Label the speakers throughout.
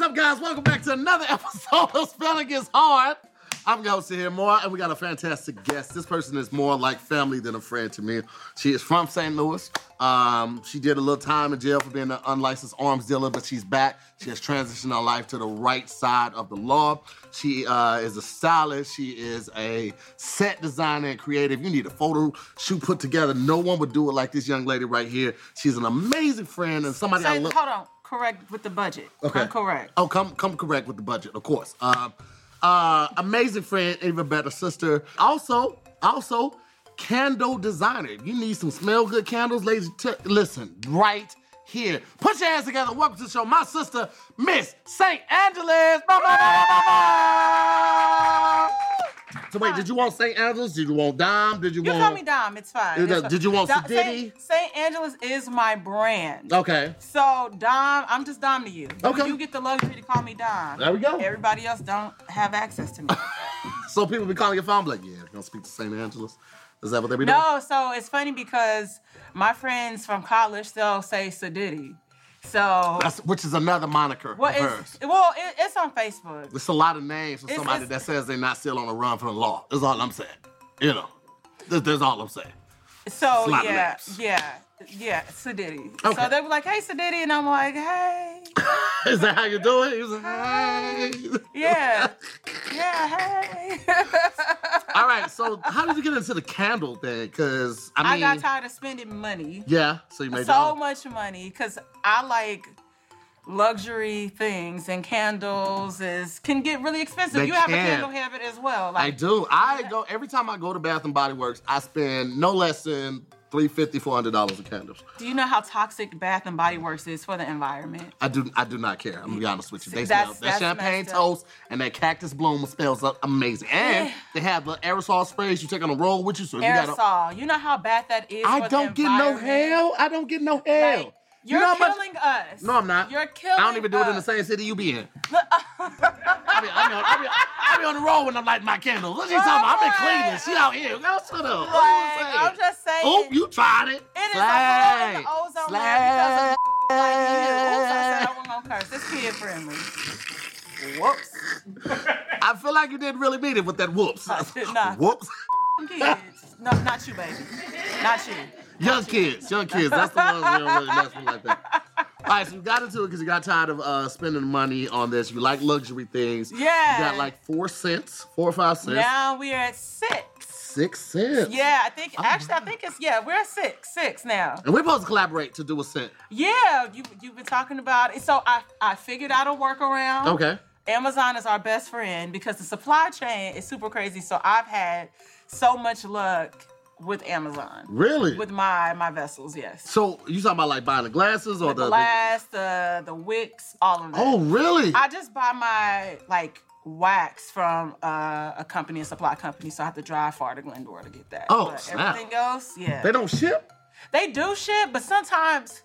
Speaker 1: up, guys? Welcome back to another episode of Spelling is Hard. I'm your host here, Moore, and we got a fantastic guest. This person is more like family than a friend to me. She is from St. Louis. Um, she did a little time in jail for being an unlicensed arms dealer, but she's back. She has transitioned her life to the right side of the law. She uh, is a stylist. She is a set designer and creative. You need a photo shoot put together. No one would do it like this young lady right here. She's an amazing friend and somebody I
Speaker 2: Say,
Speaker 1: look.
Speaker 2: hold on. Correct with the budget.
Speaker 1: Okay.
Speaker 2: I'm correct.
Speaker 1: Oh, come come correct with the budget, of course. Um, uh, amazing friend, even better sister. Also, also, candle designer. If you need some smell good candles, ladies, t- listen right here. Put your hands together. Welcome to the show, my sister, Miss St. Angeles. Ba, ba, ba, ba, ba, ba. So wait, did you want St. Angeles? Did you want Dom? Did you,
Speaker 2: You
Speaker 1: want?
Speaker 2: call me Dom. It's fine.
Speaker 1: Did-
Speaker 2: It's fine.
Speaker 1: did you want
Speaker 2: Dom-
Speaker 1: Sadiddy?
Speaker 2: Saint- Saint Angeles is my brand.
Speaker 1: Okay.
Speaker 2: So Dom, I'm just Dom to you. You-
Speaker 1: Okay.
Speaker 2: You get the luxury to call me Dom.
Speaker 1: There we go.
Speaker 2: Everybody else don't have access to me.
Speaker 1: So people be calling your phone be like, yeah, you gonna speak to St. Angeles? Is that what they be doing?
Speaker 2: no, so it's funny because my friends from college they'll say Sadiddy. So
Speaker 1: That's, which is another moniker.
Speaker 2: well,
Speaker 1: of hers.
Speaker 2: it's well, it, it's on Facebook.
Speaker 1: It's a lot of names for
Speaker 2: It's-
Speaker 1: somebody
Speaker 2: it's-
Speaker 1: that says they're not still on the run from the law. That's all I'm saying. You know, that, that's all I'm saying.
Speaker 2: So
Speaker 1: Slot
Speaker 2: yeah,
Speaker 1: laps.
Speaker 2: yeah, yeah, Sadiddy.
Speaker 1: Okay.
Speaker 2: So they were like, "Hey, Sadiddy," and I'm like, "Hey."
Speaker 1: Is that how you do it? You say, "Hey."
Speaker 2: Yeah. Yeah, hey.
Speaker 1: All right. So how did you get into the candle thing? Because I
Speaker 2: I
Speaker 1: mean,
Speaker 2: got tired of spending money.
Speaker 1: yeah. So you made your
Speaker 2: So
Speaker 1: own.
Speaker 2: much money cuz I like luxury things and candles is can get really expensive.
Speaker 1: They
Speaker 2: you have a
Speaker 1: can.
Speaker 2: candle habit as well.
Speaker 1: I
Speaker 2: Like
Speaker 1: do. I go every time I go to Bath and Body Works. I spend no less than three fifty, four hundred dollars in candles.
Speaker 2: do you know how toxic Bath and Body Works is for the environment?
Speaker 1: I do. I do not care. I'm gonna be honest with you. They
Speaker 2: That's-
Speaker 1: smell that
Speaker 2: that's
Speaker 1: champagne
Speaker 2: messed up.
Speaker 1: toast and that cactus bloom smells up amazing. And they have the aerosol sprays you take on a roll with you. So if you got a,
Speaker 2: Aerosol. You know how bad that is
Speaker 1: I
Speaker 2: for the
Speaker 1: don't get no
Speaker 2: environment?
Speaker 1: hell. I don't get no hell.
Speaker 2: Like, you're
Speaker 1: know how much-
Speaker 2: killing us.
Speaker 1: No, I'm not.
Speaker 2: You're killing
Speaker 1: I don't even do it in the
Speaker 2: us.
Speaker 1: same city you be in. I be, I, be on, I, be, I be on the road when I'm lighting my candles. What you talking about? I'm in
Speaker 2: Right.
Speaker 1: Cleveland. She out here. Girl, shut up.
Speaker 2: Like,
Speaker 1: What
Speaker 2: I'm just saying.
Speaker 1: Oh, you tried it.
Speaker 2: It is a hole in the ozone
Speaker 1: Slay.
Speaker 2: layer Oops, I said I wasn't gonna curse. It's kid friendly. Whoops.
Speaker 1: I feel like you didn't really mean it with that whoops.
Speaker 2: I did not.
Speaker 1: Whoops.
Speaker 2: Kids. No, not you, baby. Not you.
Speaker 1: Young kids, young kids. That's the ones we don't really mess with like that. All right, so you got into it because you got tired of uh, spending money on this. You like luxury things. You
Speaker 2: Yeah.
Speaker 1: got like four cents, four or five cents,
Speaker 2: Now we are at six.
Speaker 1: six cents.
Speaker 2: Yeah, I think actually I think it's yeah, we're at six. Six now.
Speaker 1: And we're supposed to collaborate to do a cent.
Speaker 2: Yeah, you you've been talking about it. So I, I figured out a workaround.
Speaker 1: Okay.
Speaker 2: Amazon is our best friend because the supply chain is super crazy. So I've had so much luck with Amazon.
Speaker 1: Really?
Speaker 2: With my my vessels, yes.
Speaker 1: so you talking about like buying the glasses or
Speaker 2: the,
Speaker 1: the, the-
Speaker 2: glass, the the wicks, all of that.
Speaker 1: Oh, really?
Speaker 2: I just buy my like wax from uh, a company, a supply company, so I have to drive far to Glendora to get that.
Speaker 1: Oh,
Speaker 2: but
Speaker 1: snap.
Speaker 2: everything else, yeah,
Speaker 1: they don't ship?
Speaker 2: they do shit, but sometimes.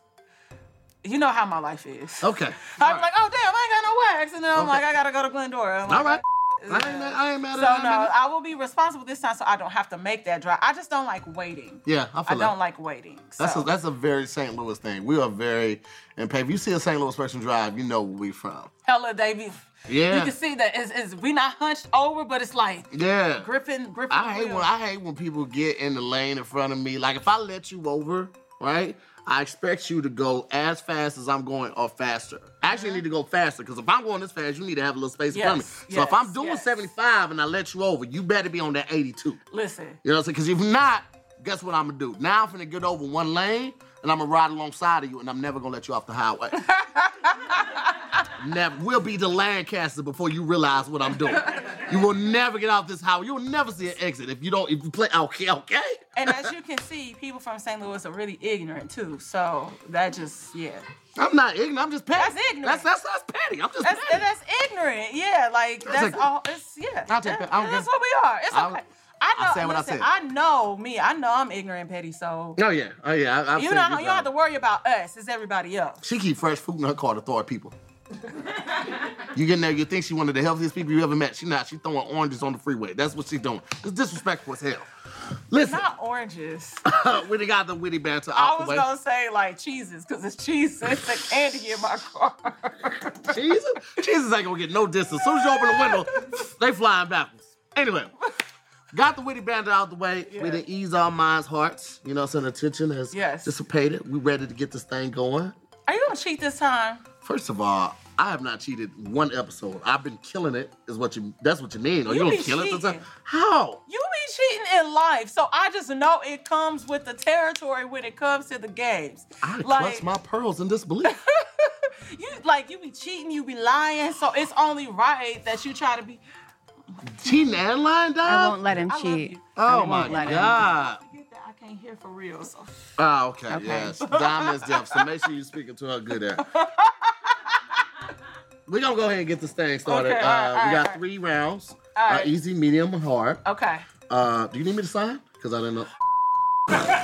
Speaker 2: You know how my life is.
Speaker 1: Okay.
Speaker 2: I'm
Speaker 1: All
Speaker 2: like,
Speaker 1: right.
Speaker 2: oh damn, I ain't got no wax, and then I'm
Speaker 1: Okay.
Speaker 2: like, I gotta go to Glendora. I'm like,
Speaker 1: All right. I ain't
Speaker 2: yeah.
Speaker 1: mad, I ain't mad
Speaker 2: So
Speaker 1: at
Speaker 2: no,
Speaker 1: I ain't mad at-
Speaker 2: I will be responsible this time, so I don't have to make that drive. I just don't like waiting.
Speaker 1: Yeah, I
Speaker 2: I
Speaker 1: feel that.
Speaker 2: don't like waiting.
Speaker 1: That's
Speaker 2: so.
Speaker 1: a, that's a very St. Louis thing. We are very, and Pay, if you see a St. Louis person drive, you know where we from.
Speaker 2: hella Davies.
Speaker 1: Yeah.
Speaker 2: You can see that it's, it's we not hunched over, but it's like
Speaker 1: Yeah.
Speaker 2: gripping, gripping.
Speaker 1: I
Speaker 2: the
Speaker 1: hate
Speaker 2: wheel.
Speaker 1: when I hate when people get in the lane in front of me. Like if I let you over, right? I expect you to go as fast as I'm going or faster. Actually,
Speaker 2: Mm-hmm.
Speaker 1: you need to go faster because if I'm going this fast, you need to have a little space in front of
Speaker 2: Yes,
Speaker 1: me. So if I'm
Speaker 2: yes,
Speaker 1: doing
Speaker 2: yes.
Speaker 1: 75 and I let you over, you better be on that 82.
Speaker 2: Listen,
Speaker 1: You know what I'm saying? Because if not, guess what I'm gonna do? Now I'm finna get over one lane and I'm gonna ride alongside of you and I'm never gonna let you off the highway. never. We'll be the Lancaster before you realize what I'm doing. you will never get off this highway. You'll never see an exit if you don't. If you play, okay, okay.
Speaker 2: and as you can see, people from St. Louis are really ignorant too. So that just yeah,
Speaker 1: I'm not ignorant. I'm just petty.
Speaker 2: That's ignorant.
Speaker 1: That's that's, that's petty. I'm just
Speaker 2: that's
Speaker 1: petty.
Speaker 2: that's ignorant. Yeah, like that's,
Speaker 1: like-
Speaker 2: all. It's yeah.
Speaker 1: I'll take
Speaker 2: that-
Speaker 1: that. I don't
Speaker 2: that's
Speaker 1: care.
Speaker 2: what we are. It's
Speaker 1: I don't-
Speaker 2: okay. I know.
Speaker 1: I said what I
Speaker 2: listen,
Speaker 1: said.
Speaker 2: know me. I know I'm ignorant, petty. So
Speaker 1: Oh yeah, oh yeah. I, I've
Speaker 2: you
Speaker 1: seen
Speaker 2: know how you don't
Speaker 1: drive.
Speaker 2: have to worry about us. It's everybody else.
Speaker 1: She keep fresh food in her car to throw at people. You get in there, you think she one of the healthiest people you ever met. She not. She throwing oranges on the freeway. That's what she doing. It's disrespectful as hell. Listen,
Speaker 2: Not oranges.
Speaker 1: we done got the witty banter
Speaker 2: I
Speaker 1: out
Speaker 2: was
Speaker 1: the way.
Speaker 2: gonna say like cheeses, cause it's cheese sticks and candy in my car.
Speaker 1: Jesus, Jesus ain't gonna get no distance. As soon as you open the window, they flying backwards. Anyway, got the witty banter out the way. We
Speaker 2: Yeah.
Speaker 1: done ease our minds, hearts. You know, so the tension has
Speaker 2: Yes.
Speaker 1: dissipated. We ready to get this thing going.
Speaker 2: Are you gonna cheat this time?
Speaker 1: First of all, I have not cheated one episode. I've been killing it. Is what you? That's what you mean. Are
Speaker 2: You
Speaker 1: you,
Speaker 2: be
Speaker 1: gonna kill it?
Speaker 2: cheating.
Speaker 1: sometime? How?
Speaker 2: You be cheating in life, so I just know it comes with the territory when it comes to the games.
Speaker 1: I done
Speaker 2: like
Speaker 1: clutched my pearls in disbelief.
Speaker 2: you, like you be cheating, you be lying, so it's only right that you try to be.
Speaker 1: Cheating and lying,
Speaker 3: I
Speaker 1: dog.
Speaker 3: won't let him
Speaker 2: I love
Speaker 3: cheat.
Speaker 2: you.
Speaker 1: Oh
Speaker 3: I
Speaker 1: my
Speaker 3: won't let him.
Speaker 1: god.
Speaker 2: Forget that I can't hear for real. So
Speaker 1: Oh, okay,
Speaker 3: Okay.
Speaker 1: yes. Dime is deaf, so make sure you're speaking to her good air. We're gonna go ahead and get this thing started.
Speaker 2: Okay,
Speaker 1: uh,
Speaker 2: all right,
Speaker 1: we
Speaker 2: all
Speaker 1: got
Speaker 2: right.
Speaker 1: three rounds
Speaker 2: All
Speaker 1: uh,
Speaker 2: right.
Speaker 1: easy, medium, and hard.
Speaker 2: okay,
Speaker 1: Uh, do you need me to sign? Because I didn't know.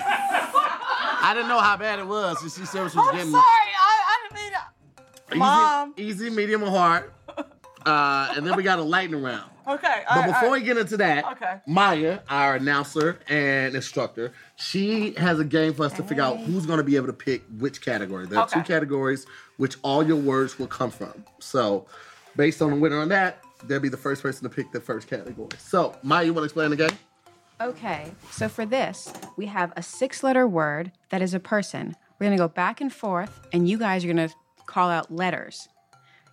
Speaker 1: I didn't know how bad it was. You see, service was
Speaker 2: I'm
Speaker 1: getting
Speaker 2: sorry. I, I didn't mean. To...
Speaker 1: easy,
Speaker 2: Mom.
Speaker 1: easy, medium, and hard. Uh, and then we got a lightning round.
Speaker 2: Okay, all
Speaker 1: But
Speaker 2: right, all
Speaker 1: before we
Speaker 2: right.
Speaker 1: get into that,
Speaker 2: Okay.
Speaker 1: Maya, our announcer and instructor, she has a game for us to figure out who's going to be able to pick which category. There are two
Speaker 2: Okay.
Speaker 1: categories which all your words will come from. So, based on the winner on that, they'll be the first person to pick the first category. So, Maya, you want to explain the game?
Speaker 3: Okay, so for this, we have a six letter word that is a person. We're gonna go back and forth, and you guys are gonna call out letters.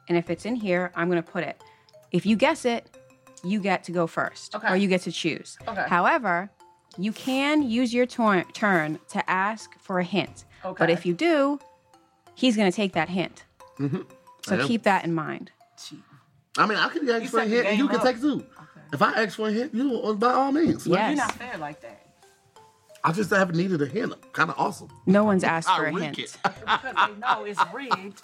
Speaker 3: And if it's in here, I'm gonna put it. If you guess it, you get to go first,
Speaker 2: Okay.
Speaker 3: or you get to choose.
Speaker 2: Okay.
Speaker 3: However, you can use your tor- turn to ask for a hint. But
Speaker 2: Okay.
Speaker 3: if you do, he's gonna take that hint. So
Speaker 1: am.
Speaker 3: keep that in mind.
Speaker 2: Cheating.
Speaker 1: I mean, I could ask for a
Speaker 2: set the
Speaker 1: hint, and
Speaker 2: game
Speaker 1: you can
Speaker 2: up.
Speaker 1: take two. If I ask for a hint, you will, by all means. right?
Speaker 3: Yes.
Speaker 2: You're not fair like that.
Speaker 1: I just haven't needed a hint. Kind of awesome.
Speaker 3: No one's asked
Speaker 1: I
Speaker 3: for a
Speaker 1: rigged
Speaker 3: hint.
Speaker 1: it.
Speaker 2: Because they know it's rigged.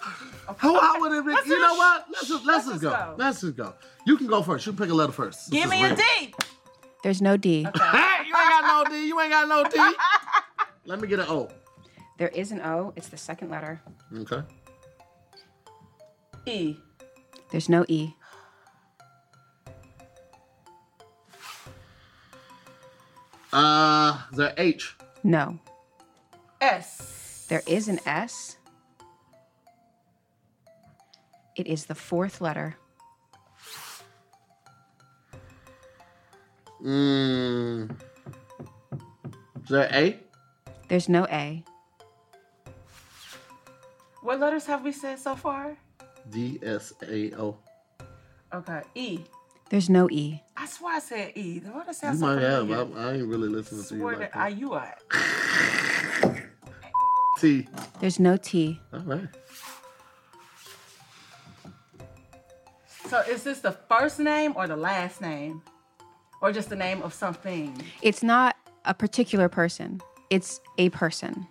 Speaker 1: How I would have been.
Speaker 2: Let's
Speaker 1: You
Speaker 2: just-
Speaker 1: know what? Let's just, let's
Speaker 2: let's
Speaker 1: just
Speaker 2: just
Speaker 1: go.
Speaker 2: go.
Speaker 1: Let's just go. You can go first. You pick a letter first. This
Speaker 2: Give
Speaker 1: is
Speaker 2: me a
Speaker 1: real.
Speaker 2: D.
Speaker 3: There's no D.
Speaker 1: Hey, you ain't got no D. You ain't got no D. Let me get an O.
Speaker 3: There is an O, it's the second letter.
Speaker 1: Okay.
Speaker 2: E.
Speaker 3: There's no E.
Speaker 1: Uh, is there H?
Speaker 3: No.
Speaker 2: S.
Speaker 3: There is an S. It is the fourth letter.
Speaker 1: Mm. Is there A?
Speaker 3: There's no A.
Speaker 2: What letters have we said so far?
Speaker 1: D S A O.
Speaker 2: Okay. E.
Speaker 3: There's no E.
Speaker 2: I swear I said E. The letter
Speaker 1: You
Speaker 2: sounds so
Speaker 1: might have.
Speaker 2: familiar.
Speaker 1: I, I ain't really listening to you.
Speaker 2: Where
Speaker 1: Like
Speaker 2: the, are
Speaker 1: that.
Speaker 2: you at?
Speaker 1: T.
Speaker 3: There's no T.
Speaker 1: All right.
Speaker 2: So is this the first name or the last name? Or just the name of something?
Speaker 3: It's not a particular person, it's a person.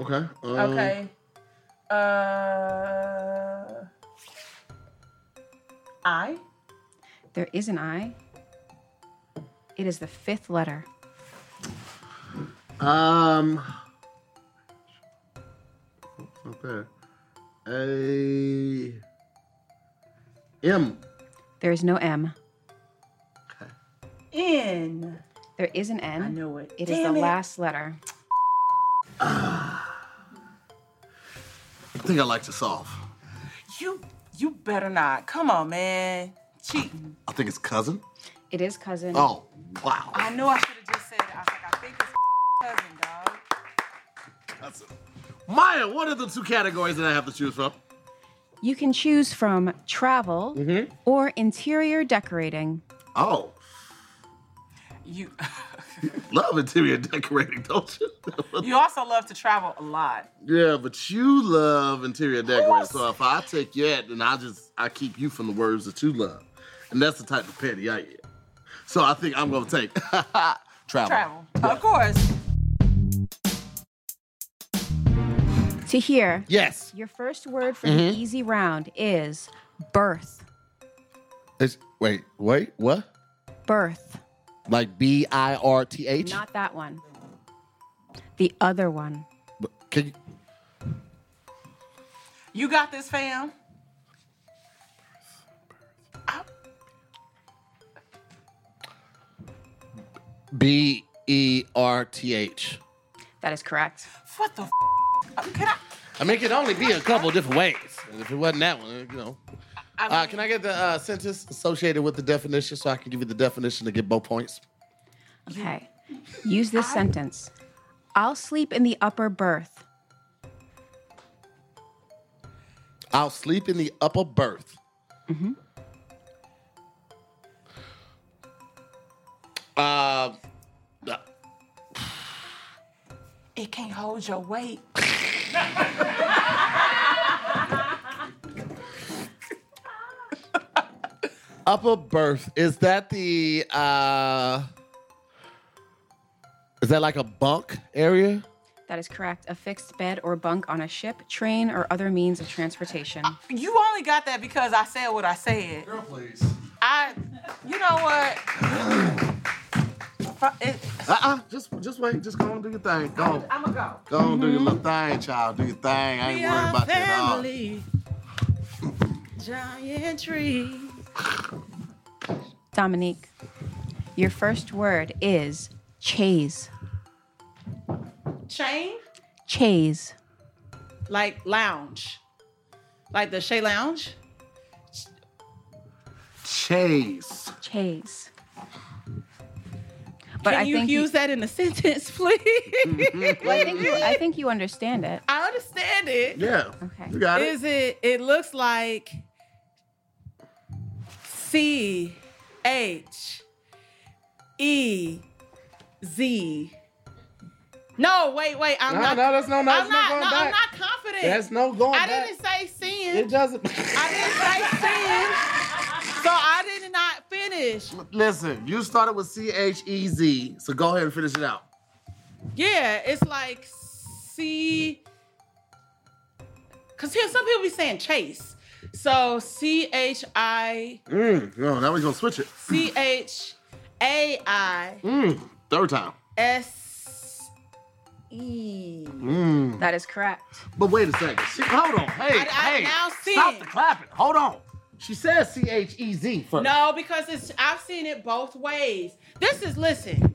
Speaker 1: Okay. Um,
Speaker 2: Okay. Uh I?
Speaker 3: There is an I. It is the fifth letter.
Speaker 1: Um. Okay. A. M.
Speaker 3: There is no M.
Speaker 1: Okay.
Speaker 2: N.
Speaker 3: There is an N.
Speaker 2: I knew it.
Speaker 3: It is
Speaker 2: Damn
Speaker 3: the
Speaker 2: it.
Speaker 3: last letter.
Speaker 1: I think I like to solve.
Speaker 2: You you better not. Come on, man. Cheating.
Speaker 1: I think it's cousin.
Speaker 3: It is cousin.
Speaker 1: Oh, wow.
Speaker 2: I knew I should have just said it. I was like, I think it's cousin, dog.
Speaker 1: Cousin. Maya, what are the two categories that I have to choose from?
Speaker 3: You can choose from travel or interior decorating.
Speaker 1: Oh,
Speaker 2: You
Speaker 1: love interior decorating, don't you?
Speaker 2: you also love to travel a lot.
Speaker 1: yeah, but you love interior decorating. So if I take you at, then I just I keep you from the words that you love, and that's the type of petty I get. So I think I'm gonna take travel.
Speaker 2: Travel. Of course.
Speaker 3: To hear,
Speaker 1: Yes.
Speaker 3: your first word for the easy round is birth.
Speaker 1: It's, wait, wait, what?
Speaker 3: Birth.
Speaker 1: Like B I R T H?
Speaker 3: Not that one. The other one.
Speaker 1: Can you?
Speaker 2: You got this, fam.
Speaker 1: B E R T H.
Speaker 3: That is correct.
Speaker 2: What the? F- Uh, can I?
Speaker 1: I mean, it could only be a couple different ways. And if it wasn't that one, you know.
Speaker 2: I
Speaker 1: Uh,
Speaker 2: mean-
Speaker 1: can I get the uh, sentence associated with the definition so I can give you the definition to get both points?
Speaker 3: Okay. Use this sentence I'll sleep in the upper berth.
Speaker 1: I'll sleep in the upper berth. Mm-hmm. Uh,
Speaker 2: It can't hold your weight.
Speaker 1: upper berth is that the uh, is that like a bunk area?
Speaker 3: That is correct. A fixed bed or bunk on a ship, train, or other means of transportation.
Speaker 2: You only got that because I said what I said.
Speaker 1: Girl, please.
Speaker 2: I, you know what? Fu- It,
Speaker 1: Uh-uh. Just just wait. Just go and do your thing. Go. on.
Speaker 2: I'ma go.
Speaker 1: Go on, do your little
Speaker 2: Mm-hmm.
Speaker 1: thing, child. Do your thing. I ain't worried about that at all.
Speaker 2: giant tree.
Speaker 3: Dominique, your first word is chase.
Speaker 2: Chain,
Speaker 3: Chase.
Speaker 2: like lounge, like the Shea Lounge.
Speaker 1: Chase.
Speaker 3: Chase. But
Speaker 2: Can
Speaker 3: I
Speaker 2: you
Speaker 3: think Mm-hmm.
Speaker 2: use that in a sentence, please?
Speaker 3: I think you I think you understand it.
Speaker 2: I understand it.
Speaker 1: Yeah.
Speaker 3: Okay.
Speaker 1: You got it.
Speaker 2: Is it? It looks like C H E Z. No, wait, wait. I'm
Speaker 1: No,
Speaker 2: not.
Speaker 1: no, that's no, no,
Speaker 2: I'm
Speaker 1: it's not
Speaker 2: not.
Speaker 1: going
Speaker 2: no, I'm
Speaker 1: back.
Speaker 2: not confident.
Speaker 1: That's no going
Speaker 2: I
Speaker 1: back.
Speaker 2: didn't say sin.
Speaker 1: It doesn't.
Speaker 2: I didn't say sin. So I did not finish.
Speaker 1: Listen, you started with C H E Z, so go ahead and finish it out.
Speaker 2: Yeah, it's like C. Cause here some people be saying chase. So C H I
Speaker 1: Mm, no, now we're gonna switch it.
Speaker 2: C H A I
Speaker 1: Mm, third time.
Speaker 2: S E.
Speaker 1: Mm.
Speaker 3: That is correct.
Speaker 1: But wait a second. She, hold on. Hey,
Speaker 2: I- I
Speaker 1: hey.
Speaker 2: now see
Speaker 1: stop
Speaker 2: it.
Speaker 1: the clapping. Hold on. She says C H E Z first.
Speaker 2: No, because it's I've seen it both ways. This is listen.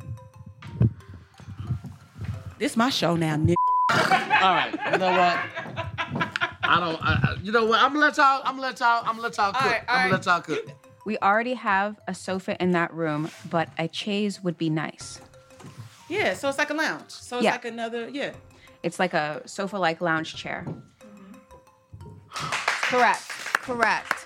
Speaker 2: This my show now, nigga.
Speaker 1: All right. You know what? I don't. I, I- you know what? I'm gonna let y'all. I'm gonna let y'all. I'm gonna let y'all cook.
Speaker 2: right, all
Speaker 1: I'm gonna let
Speaker 2: right.
Speaker 1: y'all cook.
Speaker 3: We already have a sofa in that room, but a chaise would be nice.
Speaker 2: Yeah, so it's like a lounge. So it's
Speaker 3: Yeah.
Speaker 2: like another yeah.
Speaker 3: It's like a sofa like lounge chair. Correct. Correct.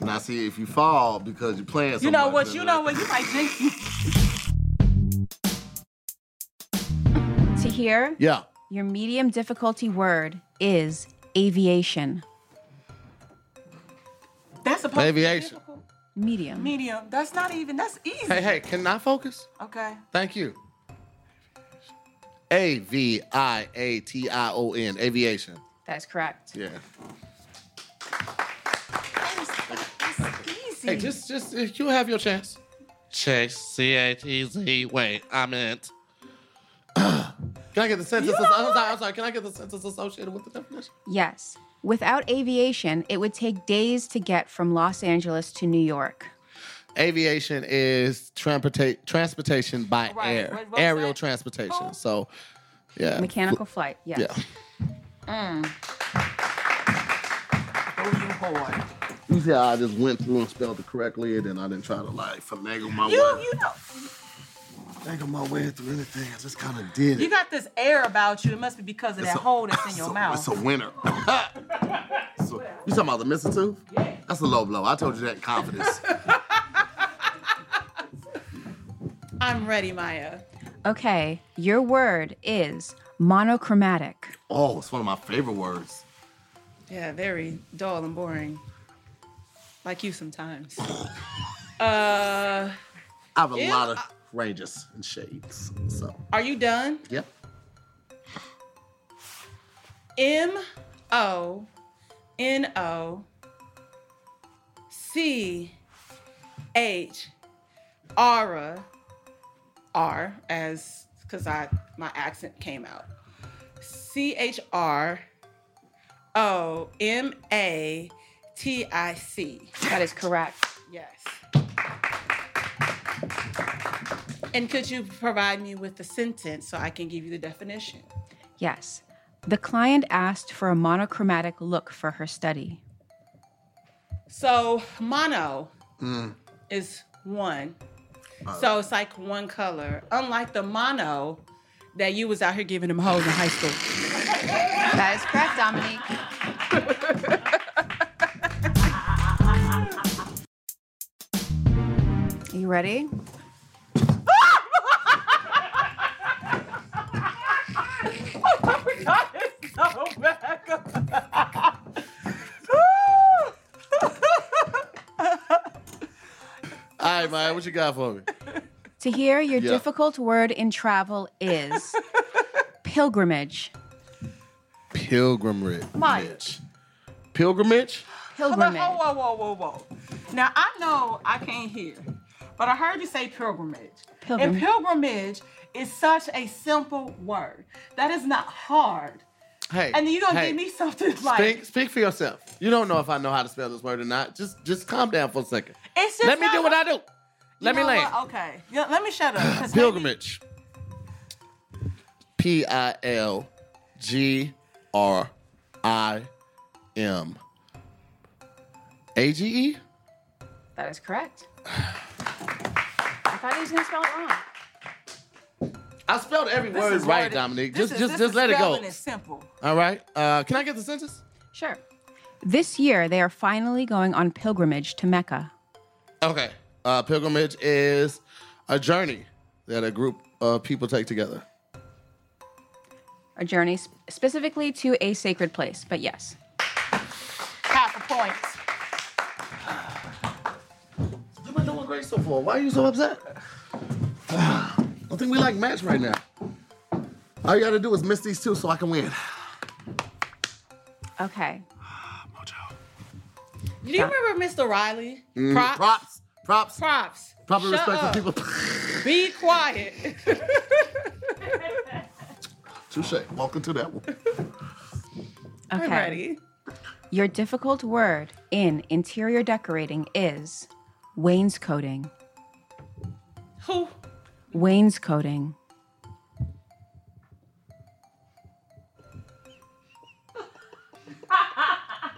Speaker 1: Now see if you fall because you're playing. So
Speaker 2: You know
Speaker 1: much,
Speaker 2: what?
Speaker 1: then
Speaker 2: You
Speaker 1: it-
Speaker 2: know what? You might jinx me.
Speaker 3: To hear,
Speaker 1: Yeah.
Speaker 3: your medium difficulty word is aviation.
Speaker 2: That's supposed
Speaker 1: Aviation.
Speaker 2: to be difficult.
Speaker 3: Medium.
Speaker 2: medium. That's not even. That's easy.
Speaker 1: Hey, hey. Can I focus?
Speaker 2: Okay.
Speaker 1: Thank you. A V I A T I O N. Aviation.
Speaker 3: that is correct.
Speaker 1: Yeah.
Speaker 2: That's easy.
Speaker 1: Hey, just, just uh, you have your chance. Chase C H E Z. Wait, I meant. Can I get the sentence?
Speaker 2: You know
Speaker 1: I'm
Speaker 2: what?
Speaker 1: sorry, I'm sorry. Can I get the sentence associated with the definition?
Speaker 3: Yes. Without aviation, it would take days to get from Los Angeles to New York.
Speaker 1: Aviation is transporta- transportation by
Speaker 2: Right,
Speaker 1: air,
Speaker 2: what- what was
Speaker 1: aerial
Speaker 2: that?
Speaker 1: transportation. So, yeah,
Speaker 3: Mechanical flight. Yes.
Speaker 1: Yeah,
Speaker 2: Oh, you boy.
Speaker 1: you see, how I just went through and spelled it correctly, and then I didn't try to like finagle my
Speaker 2: You,
Speaker 1: way,
Speaker 2: you know,
Speaker 1: finagle my way through anything. I just kind of did it.
Speaker 2: you got this air about you. It must be because of
Speaker 1: It's
Speaker 2: that
Speaker 1: a-
Speaker 2: hole that's in
Speaker 1: it's
Speaker 2: your
Speaker 1: a-
Speaker 2: mouth.
Speaker 1: It's a winner. So- you talking about the missing tooth? Yeah. That's a low blow. I told you that in confidence.
Speaker 2: I'm ready, Maya.
Speaker 3: Okay. Your word is monochromatic.
Speaker 1: oh, it's one of my favorite words.
Speaker 2: Yeah, very dull and boring. Like you sometimes. uh,
Speaker 1: I have a
Speaker 2: Ew,
Speaker 1: lot of
Speaker 2: I-
Speaker 1: ranges and shades. So,
Speaker 2: are you done?
Speaker 1: yep.
Speaker 2: M O N O C H R R as because I my accent came out. C H R O M A T I C.
Speaker 3: That is correct.
Speaker 2: Yes. And could you provide me with the sentence so I can give you the definition?
Speaker 3: Yes. The client asked for a monochromatic look for her study.
Speaker 2: So mono Mm. is one. So it's like one color. Unlike the mono that you was out here giving them hoes in high school.
Speaker 3: That is correct, Dominique. You ready?
Speaker 1: All right, Maya, what you got for me?
Speaker 3: To hear your
Speaker 1: Yeah.
Speaker 3: difficult word in travel is pilgrimage.
Speaker 1: Pilgrimage.
Speaker 2: Maya.
Speaker 1: Pilgrimage?
Speaker 2: Hold on,
Speaker 3: Pilgrimage.
Speaker 2: Whoa, whoa, whoa, whoa, whoa. Now I know I can't hear, but I heard you say pilgrimage.
Speaker 3: Pilgrim.
Speaker 2: And pilgrimage is such a simple word. That is not hard.
Speaker 1: Hey.
Speaker 2: And then you gonna
Speaker 1: hey,
Speaker 2: give me something like
Speaker 1: Speak, speak for yourself. You don't know if I know how to spell this word or not. Just just calm down for a second.
Speaker 2: it's just
Speaker 1: Let me
Speaker 2: not-
Speaker 1: do what I do. Let
Speaker 2: You
Speaker 1: me
Speaker 2: know
Speaker 1: land.
Speaker 2: what? Okay. Yeah, let me shut up. 'cause maybe-
Speaker 1: Pilgrimage. P I L G R I M. A G E?
Speaker 3: That is correct. I thought he was going to spell it wrong.
Speaker 1: I spelled every
Speaker 2: This
Speaker 1: word
Speaker 2: is
Speaker 1: right,
Speaker 2: worded-
Speaker 1: Dominique.
Speaker 2: this
Speaker 1: Just
Speaker 2: is-
Speaker 1: just
Speaker 2: this
Speaker 1: just
Speaker 2: is
Speaker 1: let it go.
Speaker 2: spelling is simple.
Speaker 1: All right. Uh, can I get the sentence?
Speaker 3: Sure. This year, they are finally going on pilgrimage to Mecca.
Speaker 1: Okay. Uh, pilgrimage is a journey that a group of people take together.
Speaker 3: A journey sp- specifically to a sacred place, but yes.
Speaker 2: Half a point.
Speaker 1: Am I doing great so far? Why are you so upset? I think we like match right now. All you gotta do is miss these two so I can win.
Speaker 3: Okay.
Speaker 1: Mojo.
Speaker 2: Do you remember Mr. Riley? Props.
Speaker 1: Mm, Props, props,
Speaker 2: Props.
Speaker 1: proper
Speaker 2: Shut
Speaker 1: respect
Speaker 2: up.
Speaker 1: for people.
Speaker 2: Be quiet.
Speaker 1: Touche. Welcome to that one.
Speaker 3: Okay.
Speaker 2: I'm ready.
Speaker 3: Your difficult word in interior decorating is wainscoting.
Speaker 2: Who?
Speaker 3: Wainscoting.
Speaker 1: I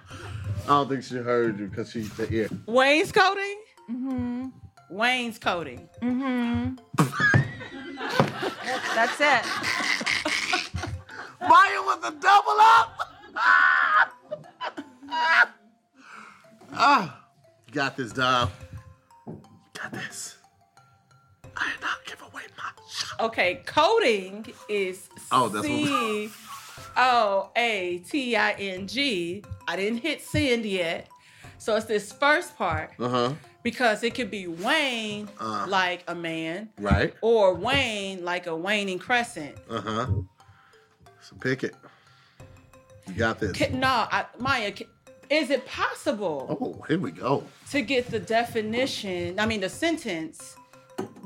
Speaker 1: don't think she heard you because she's the ear.
Speaker 2: Wayne's coding? Mm-hmm. Wayne's coding.
Speaker 3: That's it.
Speaker 1: Maya with the double up. ah, got this, dog. Got this. I did not give away my shot.
Speaker 2: Okay, coding is
Speaker 1: Oh, that's what-
Speaker 2: C O A T I N G. I didn't hit send yet. So it's this first part
Speaker 1: Uh huh.
Speaker 2: because it could be Wayne
Speaker 1: Uh.
Speaker 2: like a man
Speaker 1: Right.
Speaker 2: or Wayne like a waning crescent.
Speaker 1: Uh huh. So pick it. You got this.
Speaker 2: Ca- No, I, Maya, ca- is it possible
Speaker 1: Oh, here we go.
Speaker 2: to get the definition? I mean, the sentence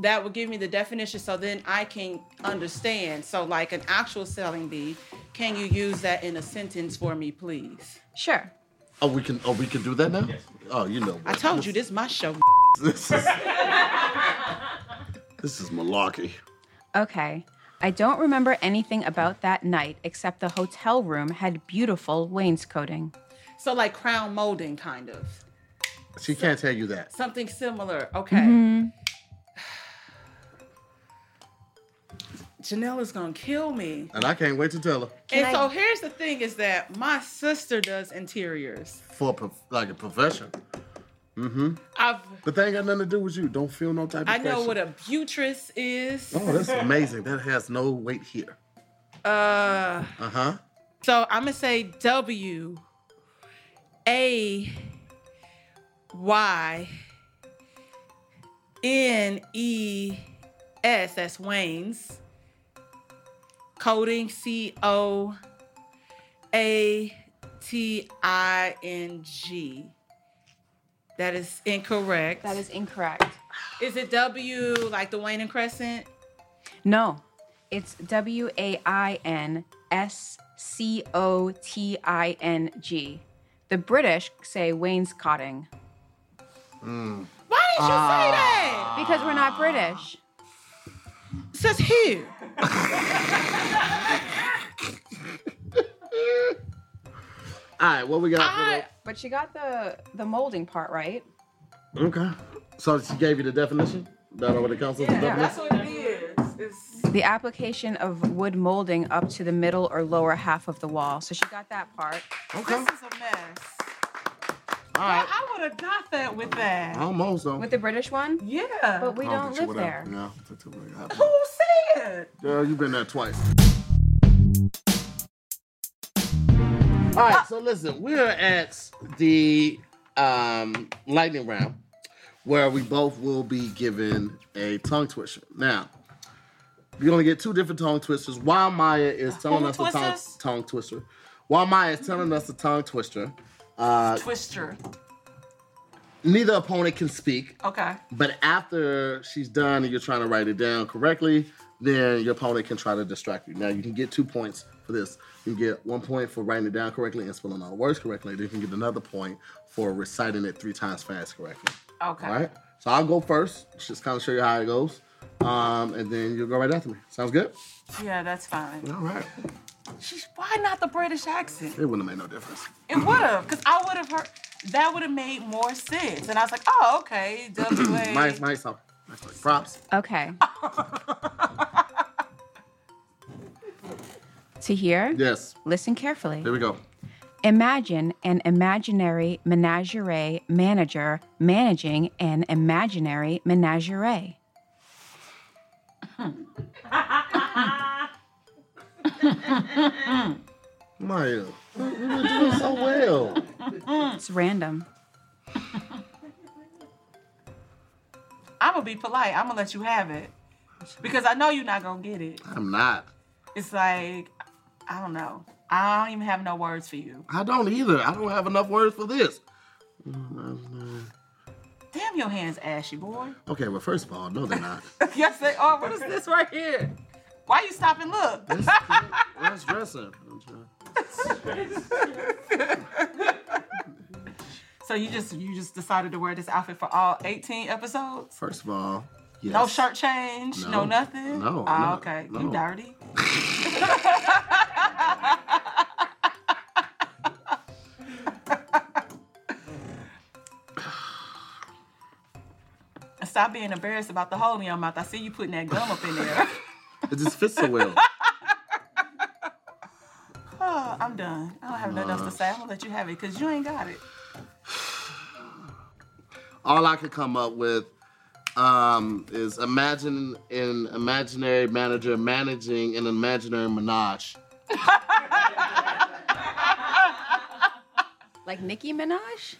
Speaker 2: that would give me the definition, so then I can understand. So, like an actual selling bee, can you use that in a sentence for me, please?
Speaker 3: Sure.
Speaker 1: Oh, we can. Oh, we can do that now. Oh, you know.
Speaker 2: I
Speaker 1: what.
Speaker 2: told you this is my show.
Speaker 1: This is. this is malarkey.
Speaker 3: Okay. I don't remember anything about that night except the hotel room had beautiful wainscoting.
Speaker 2: So, like crown molding, kind of
Speaker 1: She can't tell you that.
Speaker 2: something similar. Okay. Janelle is gonna kill me.
Speaker 1: And I can't wait to tell her
Speaker 2: and
Speaker 3: I-
Speaker 2: so here's the thing: is that my sister does interiors.
Speaker 1: for a prof- like a profession.
Speaker 2: I've
Speaker 1: But they ain't got nothing to do with you. Don't feel no type of
Speaker 2: I know
Speaker 1: pressure.
Speaker 2: what a buttress is.
Speaker 1: Oh, that's amazing. That has no weight here.
Speaker 2: Uh,
Speaker 1: Uh huh.
Speaker 2: so I'm gonna say W A Y N E S. That's Wayne's coding C O A T I N G. That is incorrect.
Speaker 3: That is incorrect.
Speaker 2: Is it W like the Wayne and Crescent?
Speaker 3: No. It's W A I N S C O T I N G. The British say wainscoting
Speaker 4: Why didn't you say
Speaker 2: Ah.
Speaker 4: that?
Speaker 3: because we're not British.
Speaker 4: Says here.
Speaker 1: All right, what we got? for
Speaker 4: I,
Speaker 3: But she got the the molding part right.
Speaker 1: the- okay. So she gave you the definition. That what it comes with the definition.
Speaker 2: That's what it is. It's
Speaker 3: The application of wood molding up to the middle or lower half of the wall. So she got that part.
Speaker 1: Okay.
Speaker 2: this
Speaker 1: All
Speaker 2: is a mess.
Speaker 1: right.
Speaker 2: I would have got that with that.
Speaker 1: Almost though.
Speaker 3: With the British one?
Speaker 2: Yeah.
Speaker 3: But we
Speaker 1: I
Speaker 3: don't
Speaker 1: think she
Speaker 3: live
Speaker 1: would've-
Speaker 3: there.
Speaker 1: Yeah. I think she would've got it.
Speaker 2: Who said?
Speaker 1: Girl, you've been there twice. All right, so listen, we're at the um, lightning round where we both will be given a tongue twister. Now, you're gonna get two different tongue twisters. While Maya is telling
Speaker 2: Who
Speaker 1: us the tongue,
Speaker 2: twisters?
Speaker 1: tongue twister, while Maya is telling us the tongue twister, uh,
Speaker 2: Twister.
Speaker 1: neither opponent can speak.
Speaker 2: Okay.
Speaker 1: But after she's done and you're trying to write it down correctly, then your opponent can try to distract you. Now you can get two points for this. You can get one point for writing it down correctly and spelling all the words correctly. Then you can get another point for reciting it three times fast correctly.
Speaker 2: Okay.
Speaker 1: All right. So I'll go first. Just kind of show you how it goes. Um, and then you'll go right after me. Sounds good?
Speaker 2: Yeah, that's fine.
Speaker 1: All right.
Speaker 2: She's, why not the British accent?
Speaker 1: It wouldn't have made no difference.
Speaker 2: It would have, because I would have heard. That would have made more sense. And I was like, oh, okay. WA.
Speaker 1: Nice, nice, huh? nice. huh? Props.
Speaker 3: Okay. to hear?
Speaker 1: Yes.
Speaker 3: Listen carefully.
Speaker 1: There we go.
Speaker 3: Imagine an imaginary menagerie manager managing an imaginary menagerie.
Speaker 1: Maya, you were doing so well.
Speaker 3: It's random.
Speaker 2: I'm going to be polite. I'm going to let you have it. Because I know you're not going to get it.
Speaker 1: I'm not.
Speaker 2: It's like, I don't know. I don't even have no words for you.
Speaker 1: I don't either. I don't have enough words for this.
Speaker 2: Damn, your hands ashy, boy.
Speaker 1: Okay, well, first of all, no, they're not.
Speaker 2: yes, they are. What is this right here? Why you stop and look?
Speaker 1: Let's dress up.
Speaker 2: so you just you just decided to wear this outfit for all 18 episodes?
Speaker 1: First of all, yes.
Speaker 2: No shirt change, no,
Speaker 1: No.
Speaker 2: nothing.
Speaker 1: No,
Speaker 2: Oh,
Speaker 1: no,
Speaker 2: okay.
Speaker 1: no.
Speaker 2: You dirty. Stop being embarrassed about the hole in your mouth. I see you putting that gum up in there.
Speaker 1: It just fits so well.
Speaker 2: Oh, I'm done. I don't have nothing else to say. I'm gonna let you have it because you ain't got it.
Speaker 1: All I could come up with um, is imagine an imaginary manager managing an imaginary menage.
Speaker 3: Like Nicki Minaj?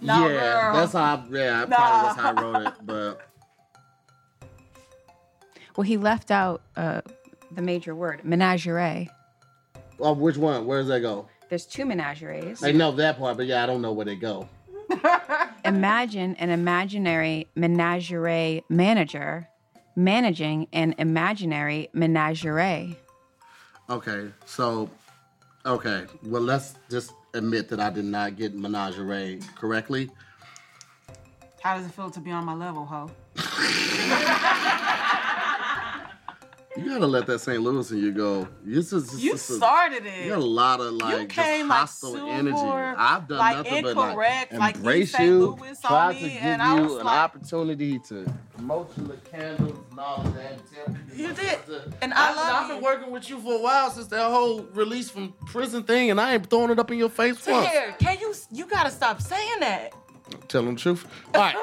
Speaker 2: Nah,
Speaker 1: yeah,
Speaker 2: girl.
Speaker 1: that's how. I, yeah, probably that's how I wrote it. But
Speaker 3: Well, he left out uh, the major word, menagerie.
Speaker 1: oh, which one? Where does that go?
Speaker 3: There's two menageries.
Speaker 1: I know that part, but yeah, I don't know where they go.
Speaker 3: Imagine an imaginary menagerie manager managing an imaginary menagerie.
Speaker 1: Okay, so, okay, well, let's just admit that I did not get menagerie correctly.
Speaker 2: How does it feel to be on my level, ho?
Speaker 1: You gotta let that St. Louis and you go. This is just,
Speaker 2: You
Speaker 1: this is-
Speaker 2: started
Speaker 1: You got a
Speaker 2: it.
Speaker 1: lot of like
Speaker 2: You
Speaker 1: just
Speaker 2: came like
Speaker 1: hostile
Speaker 2: super,
Speaker 1: energy. I've done
Speaker 2: like,
Speaker 1: nothing but
Speaker 2: incorrect,
Speaker 1: like
Speaker 2: like, you
Speaker 1: embrace
Speaker 2: St.
Speaker 1: you,
Speaker 2: Louis on
Speaker 1: try to
Speaker 2: me,
Speaker 1: give you
Speaker 2: and I was
Speaker 1: an
Speaker 2: like-
Speaker 1: opportunity to promotion the candles and all of that. and tell
Speaker 2: You
Speaker 1: people
Speaker 2: did,
Speaker 1: to-
Speaker 2: and I love
Speaker 1: I've been
Speaker 2: you.
Speaker 1: working with you for a while since that whole release from prison thing, and I ain't throwing it up in your face once.
Speaker 2: Here, can you? You gotta stop saying that.
Speaker 1: Telling the truth. All right.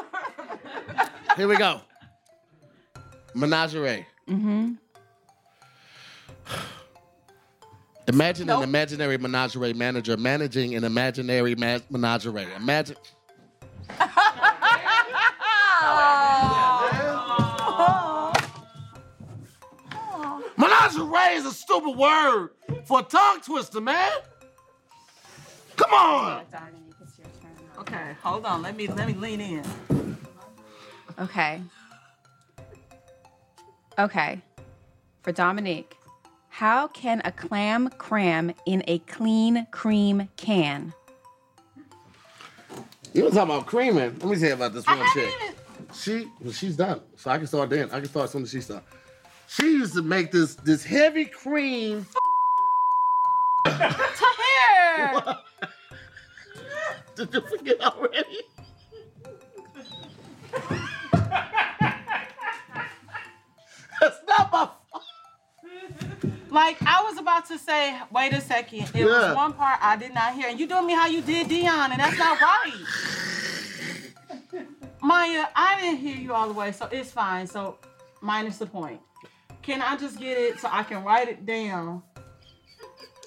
Speaker 1: Here we go. Menagerie. Mm-hmm. Imagine
Speaker 2: Nope.
Speaker 1: an imaginary menagerie manager managing an imaginary ma- menagerie. Imagine. Menagerie is a stupid word for a tongue twister, man. Come on.
Speaker 2: Okay, hold on. Let me let me lean in.
Speaker 3: Okay. Okay. for Dominique. How can a clam cram in a clean cream can?
Speaker 1: You were talking about creaming. Let me tell you about this one
Speaker 2: haven't
Speaker 1: chick. She well, she's done. So I can start then. I can start as soon as she starts. She used to make this this heavy cream.
Speaker 2: Tahir!
Speaker 1: Did you forget already? That's not my fault.
Speaker 2: Like I was about to say, wait a second.
Speaker 1: Yeah.
Speaker 2: It was one part I did not hear, and you doing me how you did Dion, and that's not right. Maya, I didn't hear you all the way, so it's fine. So minus the point. Can I just get it so I can write it down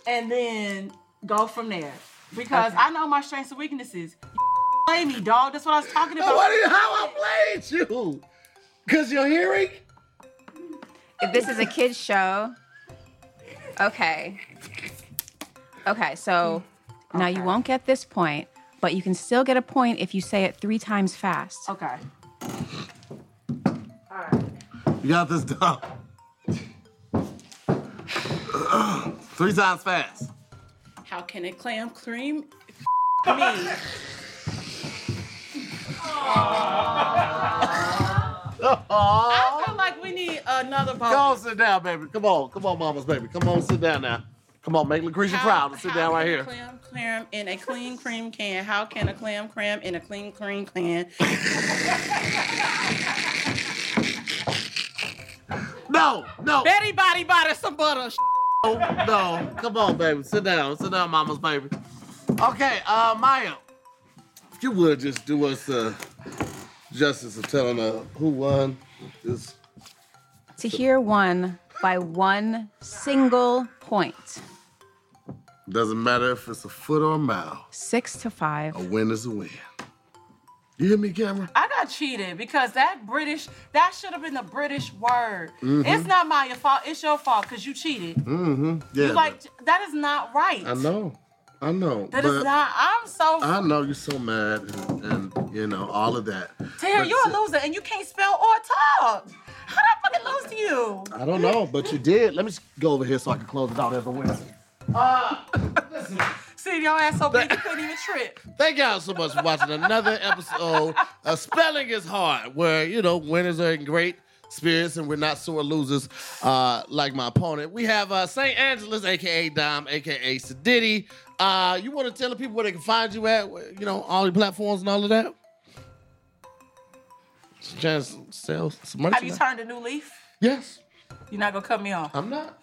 Speaker 2: and then go from there? Because I know my strengths and weaknesses. You Play me, dog. That's what I was talking about.
Speaker 1: What do you- how I played you? Cause your hearing?
Speaker 3: If this is a kids show, okay. Okay, so now you won't get this point, but you can still get a point if you say it three times fast.
Speaker 2: Okay.
Speaker 1: You got this done. Three times fast.
Speaker 5: How can a clam cream me?
Speaker 2: I feel like we need another
Speaker 1: Come
Speaker 2: ball.
Speaker 1: on, sit down, baby. Come on, come on, mama's baby. Come on, sit down now. Come on, make Lucretia proud. Sit down
Speaker 5: how
Speaker 1: right
Speaker 5: can
Speaker 1: here.
Speaker 5: A clam cram in a clean cream can. How can a clam cram in a clean cream can?
Speaker 1: No, no,
Speaker 5: Betty body body some butter.
Speaker 1: no, no. Come on, baby. Sit down. Sit down, mama's baby. Okay, uh, Maya, if you would just do us uh, justice of telling her who won this.
Speaker 3: To hear one by one single point,
Speaker 1: Doesn't matter if it's a foot or a mile.
Speaker 3: six to five.
Speaker 1: A win is a win. You hear me, Cameron?
Speaker 2: I got cheated because that British, that should have been the British word.
Speaker 1: Mm-hmm.
Speaker 2: It's not my fault. It's your fault because you cheated.
Speaker 1: Yeah.
Speaker 2: Like that is not right.
Speaker 1: I know. I know.
Speaker 2: That
Speaker 1: but-
Speaker 2: is not. I'm so.
Speaker 1: I know you're so mad and, and you know all of that.
Speaker 2: Terry,
Speaker 1: But
Speaker 2: you're a
Speaker 1: si-
Speaker 2: loser and you can't spell or talk. How did I fucking lose to you?
Speaker 1: I don't know, but you did. Let me just go over here so I can close it out as a winner.
Speaker 2: See, your ass so big you couldn't even trip.
Speaker 1: Thank y'all so much for watching another episode of Spelling is Hard, where, you know, winners are in great spirits and we're not sore losers uh, like my opponent. We have uh, St. Angeles, a.k.a. Dom, a.k.a. Sedity. Uh, you want to tell the people where they can find you at, where- you know, all your platforms and all of that? Chance sales, some
Speaker 2: Have you
Speaker 1: merchandise.
Speaker 2: turned a new leaf?
Speaker 1: yes,
Speaker 2: You're not gonna cut me off.
Speaker 1: I'm not.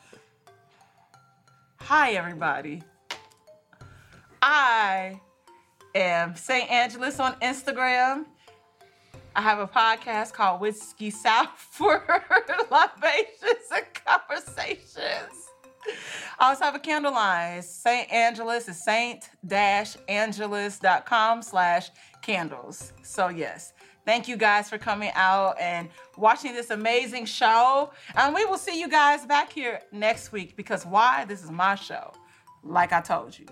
Speaker 2: Hi, everybody. I am St. Angeles on Instagram. I have a podcast called Whiskey South for libations and conversations. I also have a candle line. It's St. Angeles is saint-angeles.com slash candles. So yes, thank you guys for coming out and watching this amazing show. And we will see you guys back here next week because why? This is my show, like I told you.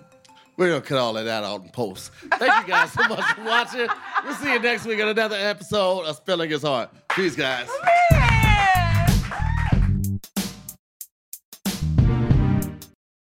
Speaker 1: We're gonna cut all of that out in post. Thank you guys so much for watching. We'll see you next week on another episode of Spelling Is Hard. Peace, guys.